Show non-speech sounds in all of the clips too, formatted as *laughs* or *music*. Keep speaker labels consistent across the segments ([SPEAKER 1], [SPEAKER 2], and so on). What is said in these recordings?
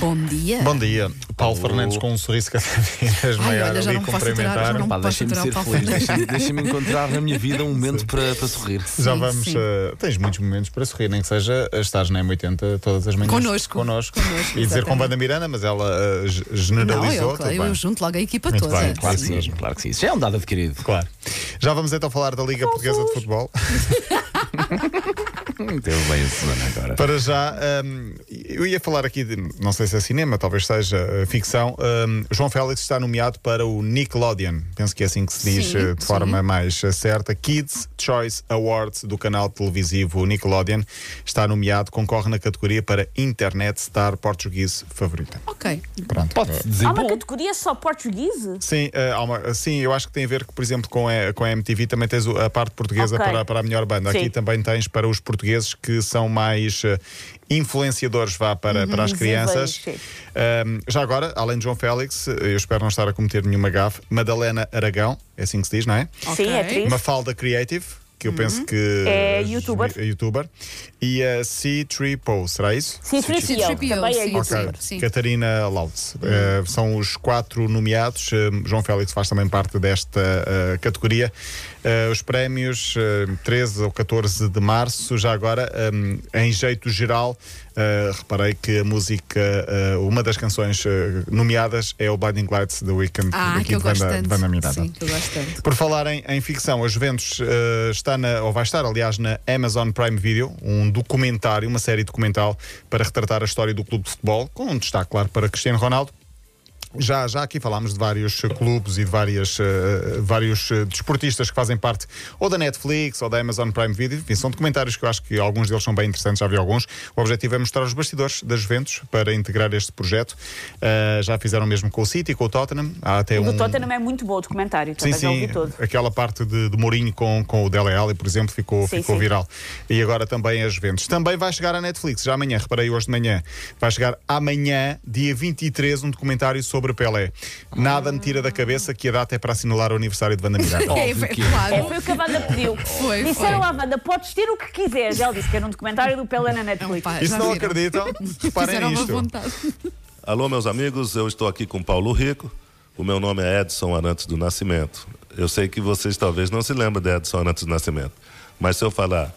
[SPEAKER 1] Bom dia.
[SPEAKER 2] Bom dia. Paulo Fernandes com um sorriso cada *laughs* vez
[SPEAKER 1] Ai,
[SPEAKER 2] maior
[SPEAKER 1] olha, já
[SPEAKER 2] ali
[SPEAKER 1] não me posso aturar, já
[SPEAKER 2] cumprimentar.
[SPEAKER 1] não
[SPEAKER 3] Pá,
[SPEAKER 1] me posso aturar
[SPEAKER 3] deixa-me
[SPEAKER 1] o
[SPEAKER 3] ser
[SPEAKER 1] Paulo
[SPEAKER 3] feliz,
[SPEAKER 1] Fernandes.
[SPEAKER 3] deixa-me deixa-me encontrar na minha vida um momento para, para sorrir.
[SPEAKER 2] Já
[SPEAKER 1] Sim,
[SPEAKER 2] vamos.
[SPEAKER 1] sim.
[SPEAKER 2] eh, tens muitos momentos para sorrir, nem que seja a estares na M80 todas as manhãs.
[SPEAKER 1] Connosco.
[SPEAKER 2] Connosco.
[SPEAKER 1] Connosco,
[SPEAKER 2] e dizer com
[SPEAKER 1] exatamente.
[SPEAKER 2] Banda Miranda, mas ela eh, ge-
[SPEAKER 1] Não,
[SPEAKER 2] generalizou.
[SPEAKER 1] eu,
[SPEAKER 2] tudo
[SPEAKER 1] eu
[SPEAKER 2] bem.
[SPEAKER 1] junto logo a equipa
[SPEAKER 2] Muito
[SPEAKER 1] toda.
[SPEAKER 2] bem, claro
[SPEAKER 1] Sim.
[SPEAKER 2] que sim.
[SPEAKER 3] claro que sim. Isso já é um dado adquirido.
[SPEAKER 2] Claro. Já vamos então falar da Liga Portuguesa de Futebol.
[SPEAKER 3] Hum, Teve bem a semana agora.
[SPEAKER 2] Para já, hum, eu ia falar aqui de, não sei se é cinema, talvez seja eh, ficção. hum, João Félix está nomeado para o Nickelodeon, penso que é assim que se diz
[SPEAKER 1] Sim,
[SPEAKER 2] eh, de
[SPEAKER 1] sim.
[SPEAKER 2] forma mais eh, certa. Kids Choice Awards do canal televisivo Nickelodeon está nomeado, concorre na categoria para Internet Star Portuguese Favorita.
[SPEAKER 1] Ok.
[SPEAKER 2] Pronto.
[SPEAKER 3] Pode-se dizer
[SPEAKER 4] Há uma
[SPEAKER 3] bom.
[SPEAKER 4] categoria só portuguesa?
[SPEAKER 2] Sim, eh, há uma- sim, eu acho que tem a ver, que, por exemplo, com a, com a MTV também tens o- a parte portuguesa
[SPEAKER 4] Ok.
[SPEAKER 2] para, para a melhor banda. Aqui
[SPEAKER 4] Sim.
[SPEAKER 2] também tens para os portugueses que são mais eh, influenciadores vá, para, para as crianças.
[SPEAKER 4] Uhum, sim.
[SPEAKER 2] Ahm, já agora, além de João Félix, eh, eu espero não estar a cometer nenhuma gafe, Madalena Aragão, é assim que se diz, não é?
[SPEAKER 1] Ok.
[SPEAKER 4] Sim, é triste.
[SPEAKER 2] Mafalda Creative, que eu penso que.
[SPEAKER 4] É
[SPEAKER 2] eh,
[SPEAKER 4] youtuber.
[SPEAKER 2] é youtuber. E a C3PO, será isso?
[SPEAKER 4] Sim,
[SPEAKER 1] sim,
[SPEAKER 4] Tripio.
[SPEAKER 1] sim.
[SPEAKER 4] Também é
[SPEAKER 1] Sim,
[SPEAKER 4] youtuber.
[SPEAKER 2] Ok,
[SPEAKER 1] Sim, sim.
[SPEAKER 2] Catarina Laudes. Eh, são os quatro nomeados. Eh, João Félix faz também parte desta eh, categoria. Eh, os prémios, eh, 13 ou 14 de março. Já agora, eh, em jeito geral, eh, reparei que a música, eh, uma das canções eh, nomeadas é o Blinding Lights The Weekend,
[SPEAKER 1] Ah,
[SPEAKER 2] aqui
[SPEAKER 1] que eu
[SPEAKER 2] de
[SPEAKER 1] gosto
[SPEAKER 2] Banda,
[SPEAKER 1] tanto.
[SPEAKER 2] Banda Mirada.
[SPEAKER 1] Sim, que eu gosto
[SPEAKER 2] *laughs*
[SPEAKER 1] tanto.
[SPEAKER 2] Por falar em, em ficção, a Juventus eh, está na, ou vai estar, aliás, na Amazon Prime Video, um documentário, uma série documental para retratar a história do clube de futebol, com um destaque, claro, para Cristiano Ronaldo. Já, já aqui falámos de vários eh, clubes e de várias, eh, vários eh, desportistas que fazem parte ou da Netflix ou da Amazon Prime Video. Enfim, são documentários que eu acho que alguns deles são bem interessantes, já vi alguns. O objetivo é mostrar os bastidores da Juventus para integrar este projeto. Eh, já fizeram mesmo com o City, com o Tottenham. Há até
[SPEAKER 4] O
[SPEAKER 2] um,
[SPEAKER 4] do Tottenham é muito bom o documentário, também
[SPEAKER 2] Sim,
[SPEAKER 4] já
[SPEAKER 2] sim,
[SPEAKER 4] ouvi todo.
[SPEAKER 2] aquela parte de, de Mourinho com, com o Dele Alli, por exemplo, ficou,
[SPEAKER 4] Sim,
[SPEAKER 2] ficou
[SPEAKER 4] sim.
[SPEAKER 2] viral. E agora também as Juventus. Também vai chegar à Netflix, já amanhã, reparei hoje de manhã. Vai chegar amanhã, dia 23, um documentário sobre Pelé. Nada me tira da cabeça que a data é para assinalar o aniversário de
[SPEAKER 1] *laughs*
[SPEAKER 2] Vanda Miranda.
[SPEAKER 1] É,
[SPEAKER 3] Óbvio que é.
[SPEAKER 1] claro.
[SPEAKER 4] É, foi o que a Wanda pediu.
[SPEAKER 1] Foi,
[SPEAKER 4] Disseram
[SPEAKER 1] foi.
[SPEAKER 4] à Wanda, podes ter o que quiseres. Ela disse que era um documentário do Pelé na Netflix.
[SPEAKER 1] Pá,
[SPEAKER 2] E se
[SPEAKER 1] já
[SPEAKER 2] não
[SPEAKER 1] viram? *laughs*
[SPEAKER 2] acreditam, reparem
[SPEAKER 1] Fizeram uma
[SPEAKER 2] nisto.
[SPEAKER 1] vontade.
[SPEAKER 5] Alô, meus amigos, eu estou aqui com Paulo Rico. O meu nome é Edson Arantes do Nascimento. Eu sei que vocês talvez não se lembrem de Edson Arantes do Nascimento, mas se eu falar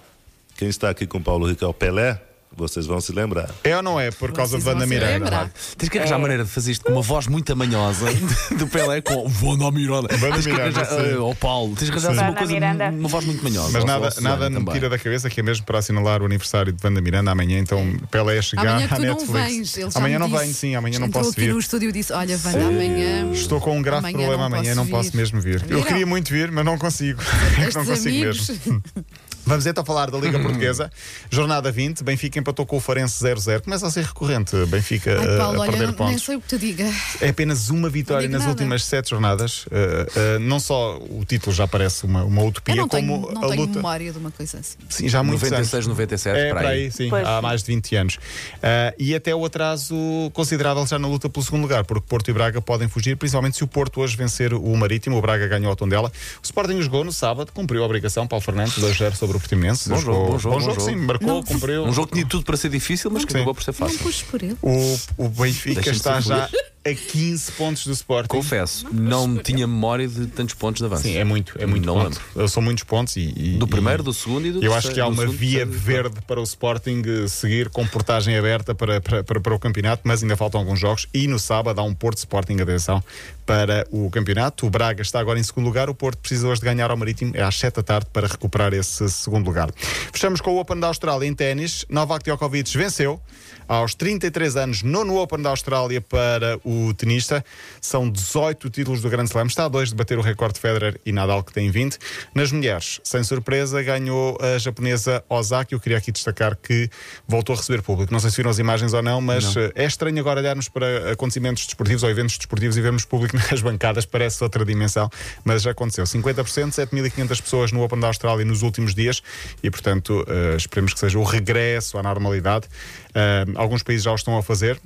[SPEAKER 5] quem está aqui com Paulo Rico é o Pelé, vocês vão se lembrar.
[SPEAKER 2] É ou não é? Por causa de
[SPEAKER 1] Vocês
[SPEAKER 2] Vanda
[SPEAKER 1] vão se
[SPEAKER 2] Miranda.
[SPEAKER 1] lembrar.
[SPEAKER 3] Tens que
[SPEAKER 4] É.
[SPEAKER 3] arranjar a maneira de fazer isto com uma voz muito amanhosa *laughs* do Pelé com Vanda Miranda. Tens que
[SPEAKER 2] Miranda,
[SPEAKER 3] arranjar-
[SPEAKER 2] sim.
[SPEAKER 3] eh, Ou Paulo, tens que arranjar
[SPEAKER 4] Sim.
[SPEAKER 3] uma
[SPEAKER 4] Vanda
[SPEAKER 3] coisa,
[SPEAKER 4] Miranda.
[SPEAKER 3] uma voz muito manhosa.
[SPEAKER 2] Mas
[SPEAKER 3] Ou- ou
[SPEAKER 2] nada,
[SPEAKER 3] Susana
[SPEAKER 2] nada me
[SPEAKER 3] também.
[SPEAKER 2] tira da cabeça que é mesmo para assinalar o aniversário de Vanda Miranda amanhã, então Pelé é chegar
[SPEAKER 1] Amanhã
[SPEAKER 2] à
[SPEAKER 1] tu não
[SPEAKER 2] Netflix.
[SPEAKER 1] vens. Ele já
[SPEAKER 2] amanhã
[SPEAKER 1] me
[SPEAKER 2] não
[SPEAKER 1] disse.
[SPEAKER 2] venho, sim, amanhã não
[SPEAKER 1] Entrou
[SPEAKER 2] posso
[SPEAKER 1] aqui
[SPEAKER 2] vir.
[SPEAKER 1] no estúdio e disse: Olha, vai amanhã.
[SPEAKER 2] Estou com um grave
[SPEAKER 1] Amanhã
[SPEAKER 2] problema
[SPEAKER 1] não posso
[SPEAKER 2] amanhã, não posso
[SPEAKER 1] vir.
[SPEAKER 2] mesmo vir. Eu
[SPEAKER 1] Viram?
[SPEAKER 2] queria muito vir, mas não consigo. *laughs* É não
[SPEAKER 1] Estes
[SPEAKER 2] consigo
[SPEAKER 1] amigos.
[SPEAKER 2] mesmo. Vamos então falar da Liga Portuguesa. Jornada 20, Benfica empatou com o Farense 0-0. Começa a ser recorrente, Benfica
[SPEAKER 1] Ai,
[SPEAKER 2] eh,
[SPEAKER 1] Paulo,
[SPEAKER 2] a
[SPEAKER 1] olha,
[SPEAKER 2] perder
[SPEAKER 1] nem- nem
[SPEAKER 2] pontos.
[SPEAKER 1] sei o que te diga.
[SPEAKER 2] É apenas uma vitória
[SPEAKER 1] digo
[SPEAKER 2] nas
[SPEAKER 1] nada.
[SPEAKER 2] últimas sete jornadas. Eh, eh, não só o título já parece uma, uma utopia,
[SPEAKER 1] Eu não tenho,
[SPEAKER 2] é como
[SPEAKER 1] não
[SPEAKER 2] a
[SPEAKER 1] tenho
[SPEAKER 2] luta.
[SPEAKER 1] memória de uma coisa assim.
[SPEAKER 2] Sim, já há muitos anos.
[SPEAKER 3] 96, 97,
[SPEAKER 2] É,
[SPEAKER 3] para
[SPEAKER 2] para
[SPEAKER 3] aí.
[SPEAKER 2] aí, sim,
[SPEAKER 4] Pois.
[SPEAKER 2] há mais de 20 anos. Ah, e até o atraso considerável já na luta pelo segundo lugar, porque Porto e Braga podem fugir, principalmente se o Porto hoje vencer o Marítimo. O Braga ganhou ao Tondela. O Sporting jogou no sábado, cumpriu a obrigação, Paulo Fernandes, 2-0 sobre o Portimonense.
[SPEAKER 3] Bom jogo,
[SPEAKER 2] Jogou-
[SPEAKER 3] bom jogo, bom jogo.
[SPEAKER 2] sim, marcou,
[SPEAKER 1] Não.
[SPEAKER 2] cumpriu.
[SPEAKER 3] Um jogo que tinha tudo para ser difícil, mas que
[SPEAKER 2] Sim.
[SPEAKER 3] acabou por ser
[SPEAKER 1] Não
[SPEAKER 3] fácil.
[SPEAKER 1] puxo por ele.
[SPEAKER 2] O, o Benfica
[SPEAKER 3] Deixa-me
[SPEAKER 2] está
[SPEAKER 3] ser
[SPEAKER 2] já a 15 pontos do Sporting.
[SPEAKER 3] Confesso, não, tinha memória de tantos pontos de avanço.
[SPEAKER 2] Sim, é muito, é muito
[SPEAKER 3] Não
[SPEAKER 2] ponto. São muitos pontos e, e-
[SPEAKER 3] Do
[SPEAKER 2] e-
[SPEAKER 3] primeiro, do segundo e do
[SPEAKER 2] Eu
[SPEAKER 3] terceiro,
[SPEAKER 2] acho que há
[SPEAKER 3] do
[SPEAKER 2] uma
[SPEAKER 3] segundo,
[SPEAKER 2] via
[SPEAKER 3] terceiro e
[SPEAKER 2] verde para o Sporting eh, seguir com portagem aberta para, para, para, para o campeonato, mas ainda faltam alguns jogos. E no sábado há um Porto Sporting, atenção, para o campeonato. O Braga está agora em segundo lugar. O Porto precisa hoje de ganhar ao Marítimo é às 7 da tarde para recuperar esse segundo lugar. Fechamos com o Open da Austrália em ténis. Novak Djokovic venceu aos 33 anos, nono Open da Austrália para o tenista. São 18 títulos do Grande Slam. Está a dois de bater o recorde de Federer e Nadal, que tem 20. Nas mulheres, sem surpresa, ganhou a japonesa Ozaki. Eu queria aqui destacar que voltou a receber público. Não sei se viram as imagens ou não, mas eh, é estranho agora olharmos para acontecimentos desportivos ou eventos desportivos e vermos público *laughs* nas bancadas. Parece outra dimensão, mas já aconteceu. 50%, 7.500 pessoas no Open da Austrália nos últimos dias e, portanto, eh, esperemos que seja o regresso à normalidade. Eh, alguns países já o estão a fazer.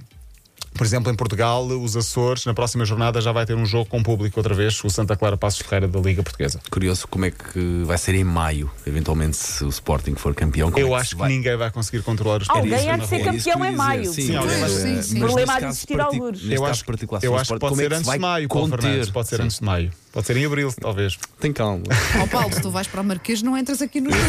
[SPEAKER 2] Por exemplo, em Portugal, os Açores, na próxima jornada já vai ter um jogo com público outra vez, o Santa Clara Passos Ferreira da Liga Portuguesa.
[SPEAKER 3] Curioso como é que vai ser em maio, eventualmente, se o Sporting for campeão. como é
[SPEAKER 2] Eu
[SPEAKER 3] se
[SPEAKER 2] acho que
[SPEAKER 3] vai-
[SPEAKER 2] ninguém vai conseguir controlar os
[SPEAKER 4] Alguém
[SPEAKER 2] preços
[SPEAKER 4] há
[SPEAKER 2] na
[SPEAKER 4] de ser
[SPEAKER 2] rua.
[SPEAKER 3] É isso que eu
[SPEAKER 4] campeão em
[SPEAKER 3] ia dizer,
[SPEAKER 4] maio.
[SPEAKER 3] sim,
[SPEAKER 2] Sim,
[SPEAKER 3] alguém
[SPEAKER 1] sim,
[SPEAKER 3] vai- mas
[SPEAKER 1] sim.
[SPEAKER 3] neste
[SPEAKER 4] Problema há de
[SPEAKER 3] caso
[SPEAKER 4] existir
[SPEAKER 3] partic-
[SPEAKER 4] alguns.
[SPEAKER 3] neste
[SPEAKER 2] Eu
[SPEAKER 3] caso
[SPEAKER 2] acho,
[SPEAKER 3] particular,
[SPEAKER 2] eu
[SPEAKER 3] o
[SPEAKER 2] acho que
[SPEAKER 3] Sporting,
[SPEAKER 2] pode
[SPEAKER 3] como é
[SPEAKER 2] ser
[SPEAKER 3] se
[SPEAKER 2] antes
[SPEAKER 3] vai
[SPEAKER 2] de maio, com o Fernandes. Pode ser
[SPEAKER 3] Sim,
[SPEAKER 2] antes de maio. Pode ser em abril, talvez. *laughs*
[SPEAKER 3] Tem calma.
[SPEAKER 1] Ó Oh, Paulo, se tu vais para o Marquês, não entras aqui no jogo.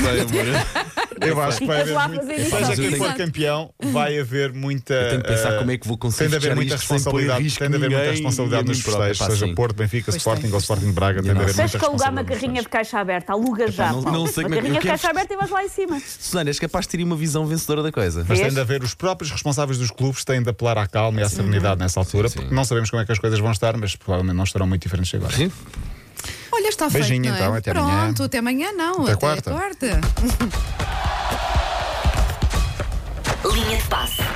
[SPEAKER 2] Eu acho que vai
[SPEAKER 4] Ficas lá
[SPEAKER 2] haver
[SPEAKER 4] a fazer isso.
[SPEAKER 2] muito... Seja
[SPEAKER 3] Mas eu
[SPEAKER 2] quem
[SPEAKER 3] tenho-
[SPEAKER 2] for campeão, vai haver muita.
[SPEAKER 3] Eu tenho que pensar
[SPEAKER 2] eh,
[SPEAKER 3] como é que vou
[SPEAKER 2] Tem
[SPEAKER 3] conseguir
[SPEAKER 2] de haver
[SPEAKER 3] fechar
[SPEAKER 2] muita
[SPEAKER 3] isto sem pôr em
[SPEAKER 2] responsabilidade.
[SPEAKER 3] risco
[SPEAKER 2] Tem de haver muita
[SPEAKER 3] ninguém
[SPEAKER 2] responsabilidade
[SPEAKER 3] e a
[SPEAKER 2] nos
[SPEAKER 3] mim próprio.
[SPEAKER 2] festejos,
[SPEAKER 3] Pá,
[SPEAKER 2] seja
[SPEAKER 3] sim.
[SPEAKER 2] Porto, Benfica,
[SPEAKER 1] Pois
[SPEAKER 2] Sporting
[SPEAKER 1] tem,
[SPEAKER 2] ou
[SPEAKER 1] pois
[SPEAKER 2] Sporting Braga. Tem de haver
[SPEAKER 4] Tens
[SPEAKER 2] muita
[SPEAKER 4] que alugar uma
[SPEAKER 2] responsabilidade. nos
[SPEAKER 4] carrinha de
[SPEAKER 2] festejos.
[SPEAKER 4] caixa aberta, aluga já.
[SPEAKER 3] não-
[SPEAKER 4] Paulo. uma
[SPEAKER 3] não sei como é que eu
[SPEAKER 4] carrinha de
[SPEAKER 3] quero-
[SPEAKER 4] caixa aberta e vais lá em cima.
[SPEAKER 3] Susana, és capaz de ter uma visão vencedora da coisa.
[SPEAKER 2] Mas
[SPEAKER 4] Vês?
[SPEAKER 2] tem de haver os próprios responsáveis dos clubes têm de apelar à calma e à serenidade nessa altura, porque não sabemos como é que as coisas vão estar, mas provavelmente não estarão muito diferentes de agora.
[SPEAKER 3] Sim.
[SPEAKER 1] Olha, está feito.
[SPEAKER 2] Beijinho,
[SPEAKER 1] não é?
[SPEAKER 2] então, até
[SPEAKER 1] Pronto,
[SPEAKER 2] amanhã.
[SPEAKER 1] até amanhã não.
[SPEAKER 2] Até
[SPEAKER 1] Até,
[SPEAKER 2] quarta.
[SPEAKER 1] quarta.
[SPEAKER 6] Linha de passe.